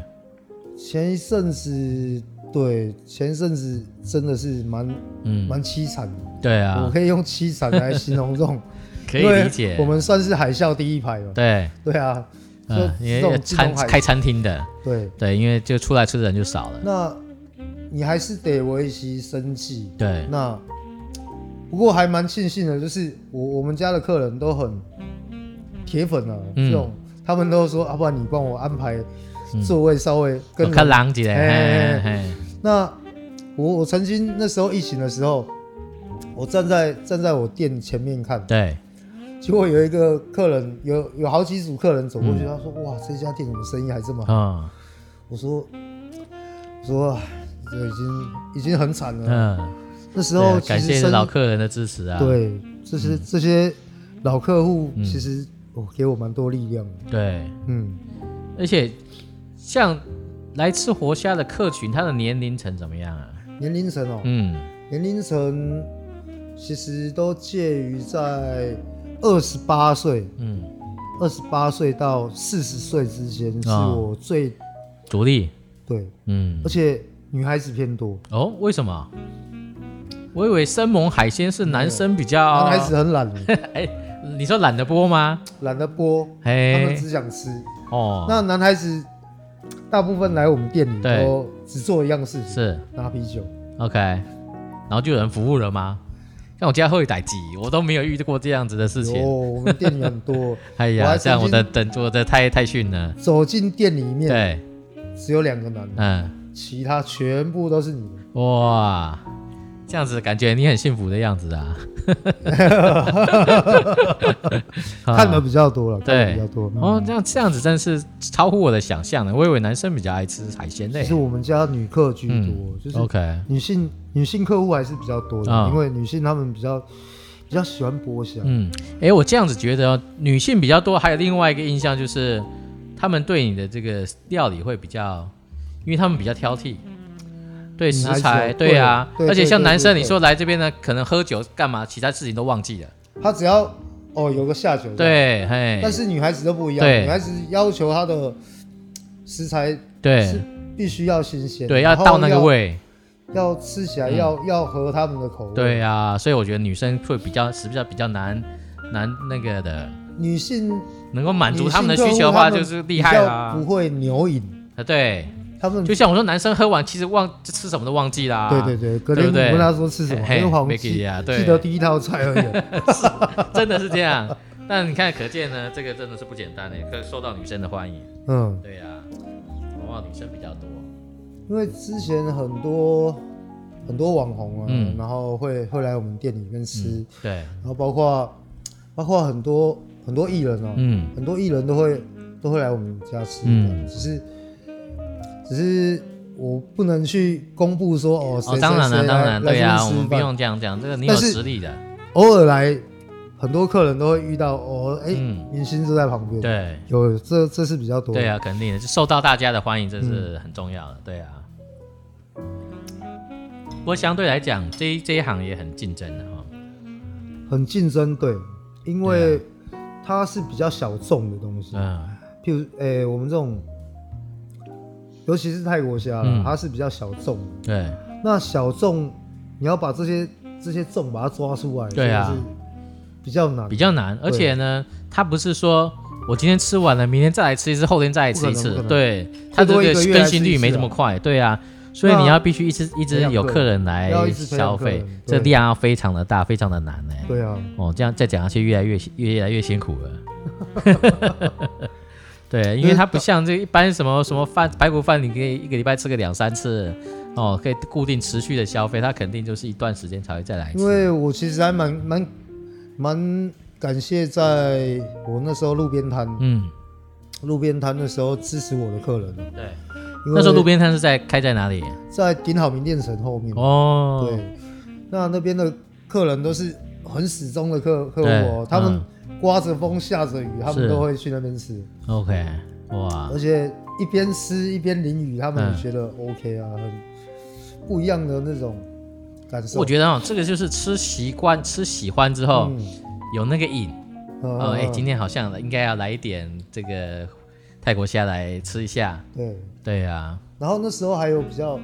B: 前一阵子，对，前一阵子真的是蛮
A: 嗯，
B: 蛮凄惨的，
A: 对
B: 我
A: 啊，
B: 可以用凄惨来形容这种，
A: 可以理解
B: 因为。我们算是海啸第一排了，
A: 对，
B: 对啊，
A: 嗯，
B: 就
A: 也
B: 这种金
A: 餐
B: 融海
A: 开餐厅的，
B: 对，
A: 对，因为就出来吃的人就少了。
B: 那你还是得维系生计。
A: 对，
B: 那不过还蛮庆幸的，就是我我们家的客人都很铁粉啊，
A: 嗯
B: 这种他们都说，要、啊不然你帮我安排座位稍微
A: 嗯我
B: 跟人、
A: 看狼藉的，
B: 嘿
A: 嘿
B: 嘿
A: 嘿嘿，
B: 那我我曾经那时候疫情的时候，我站在站在我店前面看，
A: 对，
B: 结果有一个客人有有好几组客人走过去，
A: 嗯
B: 他说：“哇，这家店怎么生意还这么好？”
A: 嗯
B: 我说：“我说唉这已经已经很惨了。
A: 嗯。
B: 那时
A: 对啊
B: 候其
A: 感
B: 实
A: 谢
B: 生
A: 老客人的支持啊。
B: 对这些、这些老客户，
A: 嗯
B: 其实我、哦、给我蛮多力量的。
A: 对
B: 嗯，
A: 而且像来吃活虾的客群，他的年龄层怎么样啊？
B: 年龄层哦，
A: 嗯，
B: 年龄层其实都介于在二十八岁、
A: 嗯，
B: 二十八岁到四十岁之间，是
A: 啊
B: 我最、
A: 主力，
B: 对，
A: 嗯
B: 而，且女孩子偏多，
A: 哦，为什么？我以为生猛海鲜是男生比较，
B: 男孩子 很懒，
A: 你说懒得剥吗？
B: 懒得剥，他们
A: 嘿，
B: 只想吃。
A: 哦，
B: 那男孩子大部分来我们店里
A: 对
B: 都只做一样事情，
A: 是
B: 拿啤酒。
A: OK，然后就有人服务了吗？像我家后一代机，我都没有遇到过这样子的事
B: 有
A: 情。
B: 我们店里很多。
A: 哎
B: 我
A: 呀，
B: 还
A: 这样我
B: 曾
A: 的
B: 经
A: 等我的太太逊了。
B: 走进店里面，
A: 对，
B: 只有两个男的，
A: 嗯。
B: 其他全部都是女的。
A: 哇，这样子感觉你很幸福的样子啊！ 啊
B: 看的比较多了，
A: 对
B: 看的比较多。嗯
A: 哦，这样这样子真是超乎我的想象的。我以为男生比较爱吃海鲜
B: 其
A: 类
B: 实。我们家女客居多，就是
A: 嗯 OK，
B: 女性女性客户还是比较多
A: 啊
B: 的，因为女性她们比较比较喜欢剥虾。
A: 嗯，诶，我这样子觉得、哦、女性比较多，还有另外一个印象就是，她们对你的这个料理会比较，因为她们比较挑剔。对
B: 女
A: 食
B: 孩子
A: 材，
B: 对
A: 对啊，
B: 对对
A: 而且像男生，你说
B: 对
A: 来这边呢，可能喝酒干嘛，其他事情都忘记了。
B: 她只要哦有个下酒，，
A: 对，嘿，
B: 啊但是女孩子都不一样，
A: 对
B: 女孩子要求她的食材
A: 对
B: 是必须要新鲜，
A: 对，要
B: 然后
A: 到那个，味，
B: 要吃起来
A: 嗯
B: 要要合他们的口味。
A: 对啊，所以我觉得女生会比较是比较比较难难那个的，
B: 女性
A: 能够满足
B: 女性
A: 他们的
B: 客
A: 需
B: 户
A: 求的话，
B: 他们
A: 就是厉害啦、
B: 比较不会牛饮，
A: 啊对，
B: 他们
A: 就像我说，男生喝完其实忘吃什么都忘记啦、
B: 对对对，隔
A: 啊对
B: 天
A: 不
B: 我
A: 对
B: 问他说吃什么，
A: 嘿
B: 因为黄
A: 没
B: 记
A: 给啊对
B: 记得第一道菜而已。
A: 真的是这样。但你看，可见呢，这个真的是不简单诶，可以受到女生的欢迎。
B: 嗯，
A: 对呀、啊往往女生比较多。
B: 因为之前很多很多网红啊，
A: 嗯
B: 然后会会来我们店里面吃，
A: 对，
B: 然后包括包括很多很多艺人哦、
A: 嗯
B: 很多艺人都会都会来我们家吃，
A: 嗯
B: 只是只是我不能去公布说哦，谁
A: 哦，当然了，
B: 谁谁来
A: 当然，对
B: 来
A: 呀、
B: 这边
A: 我
B: 吃
A: 们不
B: 饭
A: 用这样讲，这个你有
B: 但是
A: 实力的，
B: 偶尔来，很多客人都会遇到哦，哎、
A: 嗯
B: 明星就在旁边，，
A: 对，
B: 有这这是比较多，嗯
A: 对啊呀、肯定的，就受到大家的欢迎，这是很重要的，对呀、不过相对来讲，这一这一行也很竞争的哈、
B: 很竞争，对，因为它是比较小众的东西，
A: 啊嗯，
B: 譬如哎、我们这种，尤其是泰国虾啦，
A: 嗯
B: 它是比较小众的，
A: 对，
B: 那小众你要把这些这些众把它抓出来，
A: 对啊
B: 真的是比较难，
A: 比较难。而
B: 对啊
A: 且呢，它不是说我今天吃完了，明天再来吃一次，后天再来吃一
B: 不
A: 次
B: 可能不可能，
A: 对，它这
B: 最多一个月
A: 更
B: 来吃
A: 新
B: 一
A: 率
B: 次
A: 没这
B: 啊
A: 么快，对啊。所以
B: 对啊
A: 你要必须一直一直
B: 培养
A: 有
B: 客人
A: 客人来
B: 要一直培养
A: 消
B: 客
A: 费
B: 人，
A: 这
B: 对
A: 量要非常的大，非常的难呢、
B: 对啊，
A: 哦，这样再讲下去，越来越越来越辛苦了。对，因为它不像这一般什么什么饭排骨饭，你可以一个礼拜吃个两三次，哦，可以固定持续的消费，它肯定就是一段时间才会再来一
B: 因
A: 次。
B: 为我其实还蛮蛮蛮感谢，在我那时候路边摊。
A: 嗯，
B: 路边摊的时候支持我的客人，
A: 对。
B: 因为
A: 那时候路边摊是在开在哪里？
B: 在顶好名店城后面，
A: 哦，
B: 对，那那边的客人都是很始终的客客户
A: 对，
B: 哦
A: 嗯
B: 他们刮着风下着雨，他
A: 是
B: 们都会去那边吃，
A: o k 哇，
B: 而且一边吃一边淋雨，他们
A: 嗯
B: 也觉得 OK 啊，很不一样的那种感受。
A: 我觉得哦，这个就是吃习惯、吃喜欢之后、
B: 嗯
A: 有那个瘾。哦，哎、
B: 嗯
A: 今天好像应该要来一点这个泰国虾来吃一下。
B: 对，
A: 对啊，
B: 然后那时候还有比较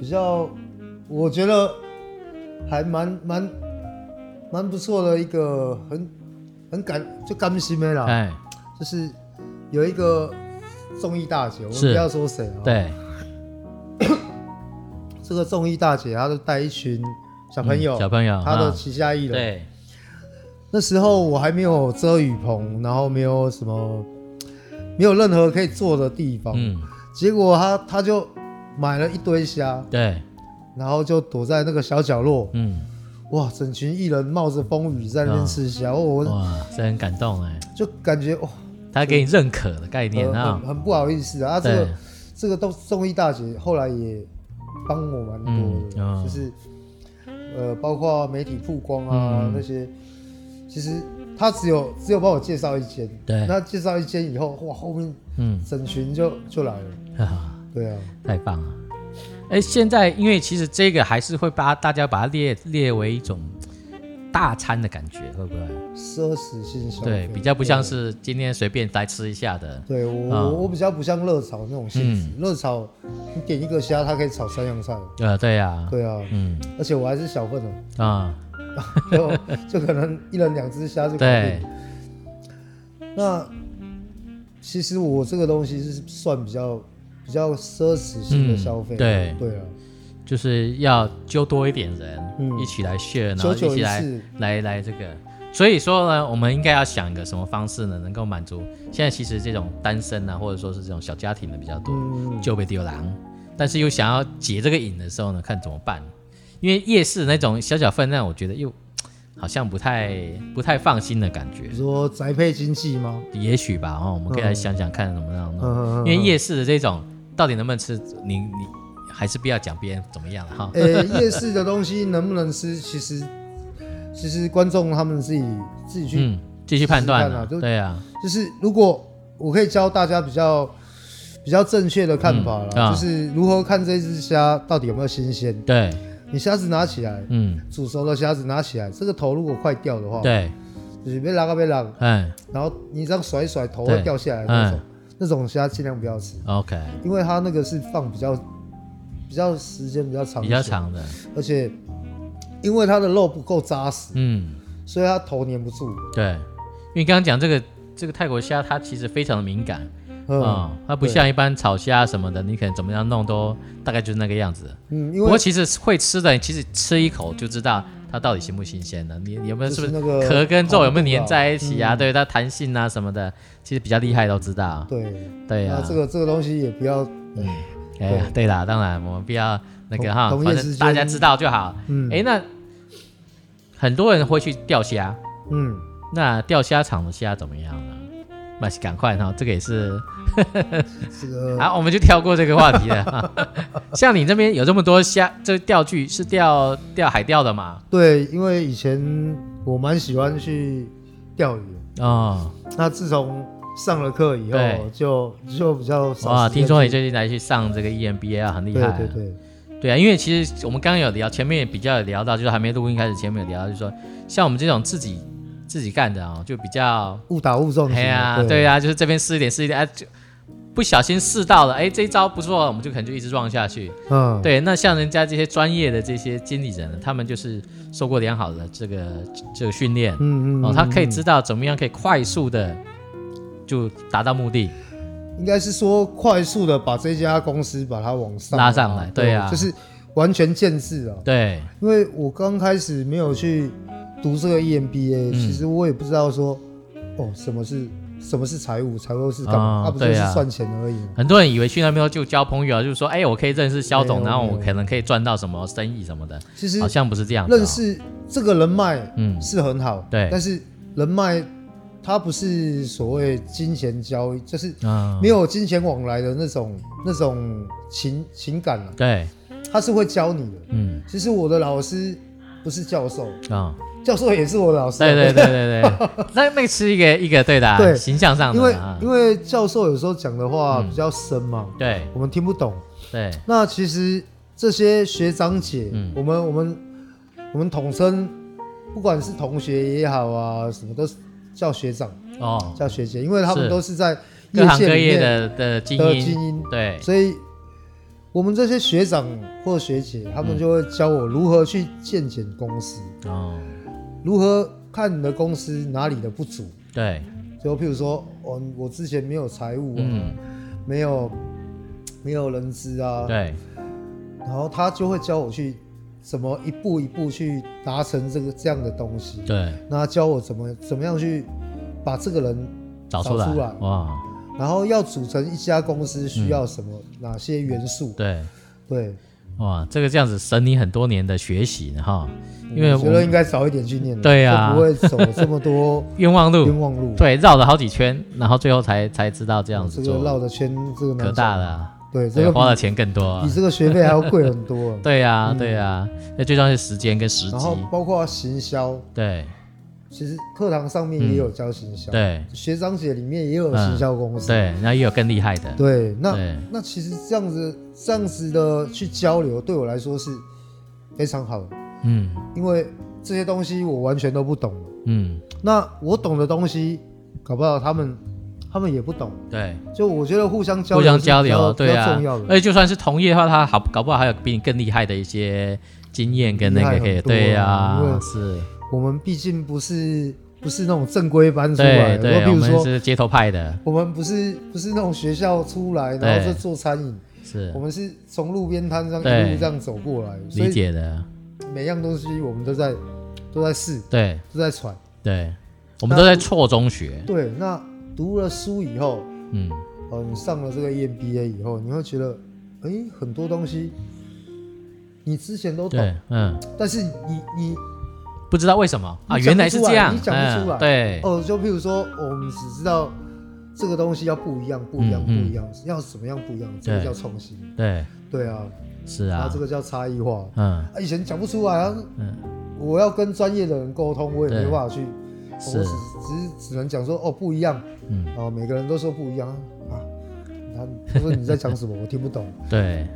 B: 比较，我觉得还蛮蛮蛮不错的一个很很感就甘心的啦，
A: 哎，
B: 就是有一个综艺大姐，我们
A: 是
B: 不要说谁啊，，
A: 对，
B: 这个综艺大姐她就带一群小朋
A: 嗯
B: 友，
A: 小朋友
B: 她的
A: 啊
B: 旗下艺人，
A: 对，
B: 那时候我还没有遮雨棚，然后没有什么没有任何可以坐的地方，
A: 嗯，
B: 结果她她就买了一堆虾，
A: 对，
B: 然后就躲在那个小角落。
A: 嗯，
B: 哇，整群艺人冒着风雨在那边吃虾，哦我
A: 哇，这很感动哎，
B: 就感觉哇，哦
A: 他给你认可的概念
B: 呃很
A: 啊
B: 很，很不好意思啊。啊这
A: 对
B: 个这个都综艺大姐后来也帮我蛮多的，
A: 嗯哦
B: 就是呃，包括媒体曝光啊、
A: 嗯
B: 那些，其实她只有只有帮我介绍一间，
A: 对
B: 那介绍一间以后，哇，后面
A: 嗯，
B: 整群就就来了，
A: 哈哈，
B: 对啊，
A: 太棒了。哎，现在因为其实这个还是会把大家把它列列为一种大餐的感觉，会不会？
B: 奢侈性消费，
A: 对，比较不像是今天随便来吃一下的。
B: 对。对我、
A: 啊嗯
B: 我比较不像热炒那种性质，热、炒你点一个虾，它可以炒三样菜，
A: 呃，对呀，
B: 对啊，
A: 嗯
B: 而且我还是小份的，
A: 啊，
B: 就就可能一人两只虾就搞
A: 对
B: 定。，那其实我这个东西是算比较比较奢侈性的消费、
A: 嗯对
B: 对啊，
A: 就是要揪多一点人、
B: 嗯
A: 一起来 share，然后
B: 久
A: 一
B: 久
A: 起
B: 一
A: 来
B: 次，
A: 嗯来来这个。所以说呢，我们应该要想一个什么方式呢，能够满足现在其实这种单身啊，或者说是这种小家庭的比较多，
B: 嗯，
A: 就被丢狼。但是又想要解这个瘾的时候呢，看怎么办？因为夜市那种小小分量，我觉得又好像不太不太放心的感觉
B: 你。说宅配经济 吗？
A: 也许吧，哦，我们可以来想想看怎么样弄。
B: 嗯，
A: 因为夜市的这种到底能不能吃，你你还是不要讲别人怎么样了哈。
B: 呃、夜市的东西能不能吃，其实其实观众他们自己自己去，
A: 嗯，继续判断
B: 试试看
A: 了
B: 啊，就
A: 对啊，
B: 就是如果我可以教大家比较比较正确的看法啦，
A: 嗯啊
B: 就是如何看这只虾到底有没有新鲜。
A: 对，
B: 你虾子拿起来，
A: 嗯，
B: 煮熟的虾子拿起来，这个头如果快掉的话，，
A: 对，
B: 就是别拉个别拉，
A: 嗯
B: 然后你这样甩一甩，头
A: 对嗯
B: 会掉下来那种，那种虾尽量不要吃，
A: ，OK，
B: 因为它那个是放比较比较时间比较长，
A: 比较，长的，
B: 而且因为它的肉不够扎实，
A: 嗯，
B: 所以它头粘不住。
A: 对，因为刚刚讲这个这个泰国虾，它其实非常的敏感
B: 嗯
A: 啊，它不像一般炒虾什么的，你可能怎么样弄都大概就是那个样子。
B: 嗯，因
A: 不过
B: 为
A: 其实会吃的，其实吃一口就知道它到底新不新鲜呢？你你有没有是
B: 就
A: 不
B: 是
A: 是
B: 那个
A: 壳跟肉有没有粘在一起啊？
B: 嗯
A: 对，它弹性啊什么的，其实比较厉害都知道。
B: 对，
A: 对啊
B: 那，这个这个东西也不要，
A: 哎呀，对啦，当然我们不要那个哈，
B: 同同业
A: 反
B: 之
A: 正
B: 间
A: 大家知道就好。
B: 嗯，
A: 哎，那很多人会去钓虾，
B: 嗯，
A: 那钓虾场的虾怎么样呢？那赶快哈，这个也是
B: 这个
A: 啊，我们就跳过这个话题了。 像你这边有这么多虾，这钓具是钓钓海钓的嘛？
B: 对，因为以前我蛮喜欢去钓鱼，
A: 哦，
B: 那自从上了课以后
A: 对，
B: 就就比较少。
A: 哇，听说你最近来去上这个 EMBA 啊，很厉害、啊。
B: 对对对，
A: 对啊，因为其实我们刚刚有聊，前面也比较有聊到，就是还没录音开始前面有聊到，就是说像我们这种自己自己干的啊、就比较，
B: 误打误撞型的。
A: 哎呀，对呀、就是这边试一点试一点，哎、就不小心试到了，哎，这一招不错，我们就可能就一直 run 下去。
B: 嗯，
A: 对，那像人家这些专业的这些经理人呢，他们就是受过良好的这个这个训练，
B: 嗯，嗯嗯，
A: 哦，他可以
B: 嗯
A: 知道怎么样可以快速的就达到目的。
B: 应该是说快速的把这家公司把它往上
A: 拉上来对啊
B: 就是完全建制啊。
A: 对，
B: 因为我刚开始没有去读这个 E EMBA，、
A: 嗯
B: 其实我也不知道说，哦，什么是什么是财务，财务是干嘛？
A: 哦
B: 那、不就是
A: 对啊
B: 算钱而已吗？
A: 很多人以为去那边就交朋友，就是说，哎，我可以认识肖
B: 没
A: 总，
B: 有
A: 然后
B: 没
A: 我
B: 有
A: 可能可以赚到什么生意什么的，
B: 其实
A: 好像不是这样子哦。
B: 认识这个人脉
A: 嗯，
B: 是很好，
A: 对
B: 但是人脉它不是所谓金钱交易，就是
A: 啊，
B: 没有金钱往来的那种那种情情感啊，
A: 对，
B: 他是会教你的。
A: 嗯
B: 其实我的老师不是教授，
A: 啊，
B: 教授也是我的老师啊、
A: 对对对对对，那那个是一个一个对的啊，
B: 对
A: 形象上
B: 因
A: 的
B: 为
A: 啊，
B: 因为教授有时候讲的话
A: 嗯
B: 比较深嘛，
A: 对
B: 我们听不懂。
A: 对，
B: 那其实这些学长姐，
A: 嗯
B: 我们我们我们统称，不管是同学也好啊，什么都是叫学长、
A: 哦，
B: 叫学姐，因为他们
A: 是
B: 都是在
A: 各
B: 业
A: 行
B: 界
A: 各
B: 里
A: 业
B: 面
A: 的的精
B: 的精
A: 英，
B: 英，
A: 对，
B: 所以我们这些学长或学姐，他
A: 嗯
B: 们就会教我如何去鉴检公司，
A: 哦，
B: 如何看你的公司哪里的不足。
A: 对，
B: 就譬如说，我我之前没有财务、啊，
A: 嗯，
B: 没有没有人资啊，
A: 对，
B: 然后他就会教我去怎么一步一步去达成这个这样的东西，
A: 对，
B: 那教我怎么怎么样去把这个人，
A: 找出来
B: 找出来，
A: 哇，
B: 然后要组成一家公司需要什么、哪些元素，
A: 对，
B: 对，
A: 哇，这个这样子省你很多年的学习呢哈，因为
B: 我嗯觉
A: 我
B: 得
A: 们
B: 应该早一点去念，
A: 对啊
B: 就不会走这么多
A: 冤枉路
B: 冤，枉路， 哦
A: 对，绕了好几圈，然后最后才才知道这样子
B: 嗯这个绕
A: 做，
B: 的圈这个难
A: 可
B: 走
A: 大了，啊，
B: 对，这
A: 对，
B: 个
A: 花的
B: 比
A: 钱更多啊
B: 比。这个学费还要贵
A: ，
B: 很多
A: 对呀，对呀，那最重要是时间跟时
B: 然
A: 机
B: 后，包括行销，
A: 对
B: 其实课堂上面也有教行销，
A: 对
B: 学长姐里面也有行销公司，
A: 对，然后也有更厉害的，
B: 对，那
A: 对
B: 那其实这样子这样子的去交流，对我来说是非常好的，
A: 嗯
B: 因为这些东西我完全都不懂。
A: 嗯，
B: 那我懂的东西，搞不好他们他们也不懂。
A: 对，
B: 就我觉得互相交流
A: 互相
B: 是
A: 交
B: 比较
A: 流，对
B: 比较
A: 啊
B: 重要，的。
A: 而且就算是同业的话，他好搞不好还有比你更厉害的一些经验跟那
B: 厉害
A: 个
B: 很
A: 可以，
B: 多啊
A: 对呀
B: 因为，
A: 是，
B: 我们毕竟不是不是那种正规班出来
A: 对
B: 的，
A: 对，
B: 比
A: 我
B: 如
A: 们
B: 说
A: 是街头派的，
B: 我们不是不是那种学校出来，
A: 对
B: 然后就做餐饮，
A: 是
B: 我们是从路边摊上
A: 对
B: 一路这样走过来，所
A: 理
B: 以
A: 解的，
B: 每样东西我们都在都在试，
A: 对
B: 都在揣。
A: 对，我们都在错中学，
B: 对，那读了书以后，
A: 嗯，
B: 呃，你上了这个 EMBA 以后，你会觉得，哎、很多东西你之前都
A: 对
B: 懂，，
A: 嗯，
B: 但是你你
A: 不知道为什么啊，
B: 你讲
A: 原
B: 不出来
A: 来是这样，
B: 你讲不出来
A: 嗯对，
B: 哦，就譬如说，哦我们只知道这个东西要不一样，不一样，
A: 嗯
B: 不
A: 嗯
B: 一样，要怎么样不一样，这个
A: 对
B: 叫创新。
A: 对，
B: 对啊，
A: 是
B: 然后
A: 啊
B: 这，个叫差异化。
A: 嗯
B: 啊，以前讲不出来啊，
A: 嗯，
B: 我要跟专业的人沟通，我也没
A: 对
B: 办法去，
A: 是
B: 我只只只能讲说哦不一样，
A: 嗯
B: 然后每个人都说不一样啊，他他说你在讲什么，我听 不懂。
A: 对，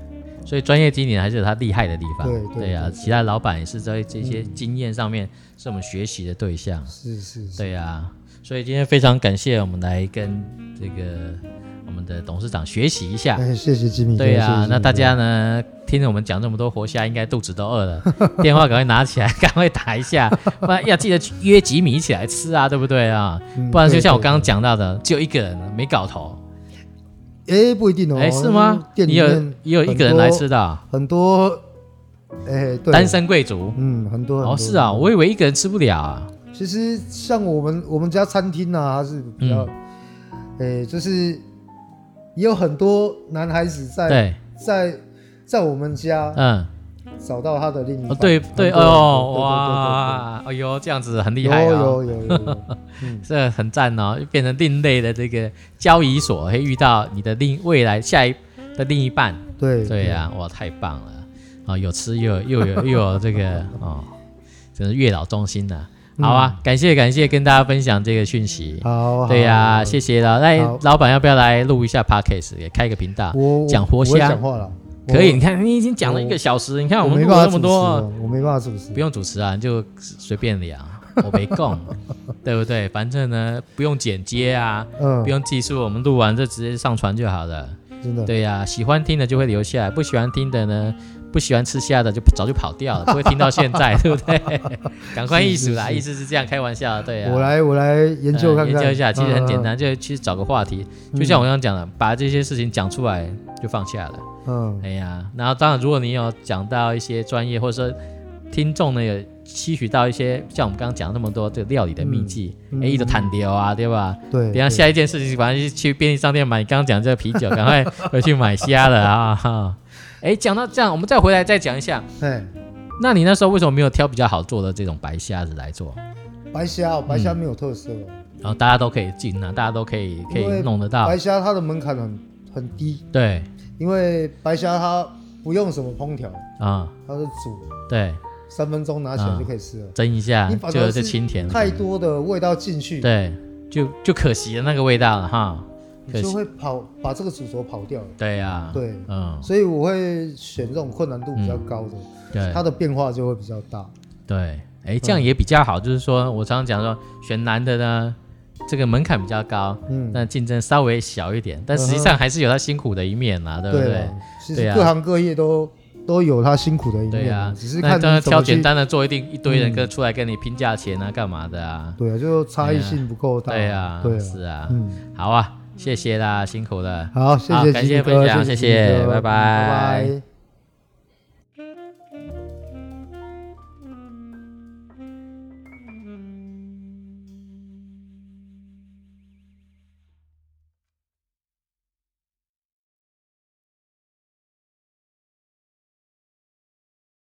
A: 所以专业经理还是有他厉害的地方。
B: 对对
A: 呀、
B: 对对
A: 其他老板也是在这些
B: 嗯
A: 经验上面是我们学习的对象。
B: 是是是，
A: 对呀、所以今天非常感谢我们来跟这个我们的董事长学习一下。
B: 哎，谢谢吉米哥。
A: 对呀、
B: 谢谢吉米哥
A: 那大家呢听着我们讲这么多活虾，应该肚子都饿了， 电话赶快拿起来，赶快打一 下，不然要记得去约吉米一起来吃啊，对不对啊？
B: 嗯
A: 不然就像我
B: 对对
A: 刚刚讲到的，只有一个人没搞头，
B: 哎不一定哦，
A: 哎，是吗？
B: 店
A: 你
B: 里
A: 有
B: 面
A: 也有一个人来吃
B: 的，
A: 的啊、
B: 很多哎，对，
A: 单身贵族。
B: 嗯，很多很多
A: 哦，是啊，我以为一个人吃不了啊。
B: 其实像我们我们家餐厅啊，它是比较，
A: 嗯
B: 诶、就是也有很多男孩子在
A: 对，
B: 在在我们家
A: 嗯，
B: 找到他的另一
A: 哦，
B: 半。
A: 对
B: 很
A: 对，
B: 多
A: 哦，，
B: 很多
A: 哇，哎呦，这样子很
B: 对对对对
A: 厉害
B: 有
A: 哦，
B: 有有有有， 有嗯，
A: 这很赞哦，变成另类的这个交易所，会遇到你的另未来下一的另一半。
B: 对
A: 对呀、哇，太棒了！啊、有吃又有又有又有这个哦，真是月老中心呐、好啊，感谢感谢，跟大家分享这个讯息。
B: 嗯好，好
A: 对呀、谢谢了。那
B: 好
A: 老板要不要来录一下 podcast，也开个频道？
B: 我我
A: 讲活
B: 我会
A: 虾
B: 讲话了，
A: 可以，
B: 我
A: 你，看你已经讲了一个小时，你看
B: 我
A: 们
B: 没
A: 录
B: 办
A: 了
B: 法
A: 那么
B: 主持
A: 多，啊
B: 了，我没办法主持
A: 不，用主持啊，你就随便聊，我没 空，对不对？反正呢，不用剪接啊，
B: 嗯
A: 不，用技术，我们录完就直接上传就好了。
B: 真的，
A: 对呀、喜欢听的就会留下来，不喜欢听的呢，不喜欢吃虾的就早就跑掉了，不会听到现 在，对不对？赶快艺术啦，
B: 是是
A: 意思是这样开玩笑的，对呀、
B: 我来我来研究
A: 嗯
B: 看看，
A: 研究一下，其实很简
B: 嗯，
A: 单，就去找个话题，就像我刚刚讲的，把这些事情讲出来就放下了。
B: 嗯，嗯
A: 哎呀，然后当然，如果你有讲到一些专业，或者说听众呢有吸取到一些像我们刚刚讲那么多这个料理的秘籍，
B: 嗯嗯
A: 哎、一直探丢啊，对吧？
B: 对，
A: 等一下
B: 对
A: 下一件事情，反正去便利商店买你刚刚讲这个啤 酒，赶快回去买虾了啊！哈，哎，讲到这样，我们再回来再讲一下，
B: 哎，
A: 那你那时候为什么没有挑比较好做的这种白虾子来做？
B: 白虾哦，白
A: 嗯
B: 虾没有特色哦，
A: 然后大家都可以进啊，大家都可以可以
B: 因为
A: 弄得到
B: 白，虾它的门槛很很低，
A: 对
B: 因为白虾它不用什么烹调，
A: 啊、
B: 它是煮
A: 对，
B: 三分钟拿起来
A: 嗯
B: 就可以吃了。
A: 蒸一下
B: 你反
A: 啊就
B: 而
A: 就是清甜了，
B: 太多的味道进去，
A: 对，就就可惜了那个味道了哈，可
B: 你就
A: 惜，
B: 会跑把这个主轴跑掉了。
A: 对呀、啊，
B: 对
A: 嗯，
B: 所以我会选这种困难度比较高的，
A: 对
B: 它的变化就会比较大。
A: 对，哎，这样也比较好，就是说我常常讲说选男的呢，这个门槛比较高，
B: 嗯，
A: 那竞争稍微小一点，但实际上还是有他辛苦的一面啦，对不
B: 嗯对
A: 对
B: 啦？其
A: 对
B: 实
A: 啊
B: 各行各业都都有它辛苦的一
A: 对
B: 面
A: 啊
B: 啊，只是，
A: 那
B: 看
A: 当然
B: 你怎
A: 挑
B: 么
A: 简
B: 去。
A: 单的做，一定一堆人
B: 嗯
A: 跟出来跟你拼价钱啊，干嘛的啊？
B: 对啊，就差异性不够大。
A: 对啊，
B: 嗯对
A: 是啊，
B: 嗯，
A: 好啊，谢谢啦，辛苦了。
B: 好，谢
A: 好
B: 谢
A: 感
B: 吉
A: 谢
B: 米哥，
A: 分享
B: 谢
A: 谢谢
B: 吉米哥
A: 拜拜
B: 拜拜。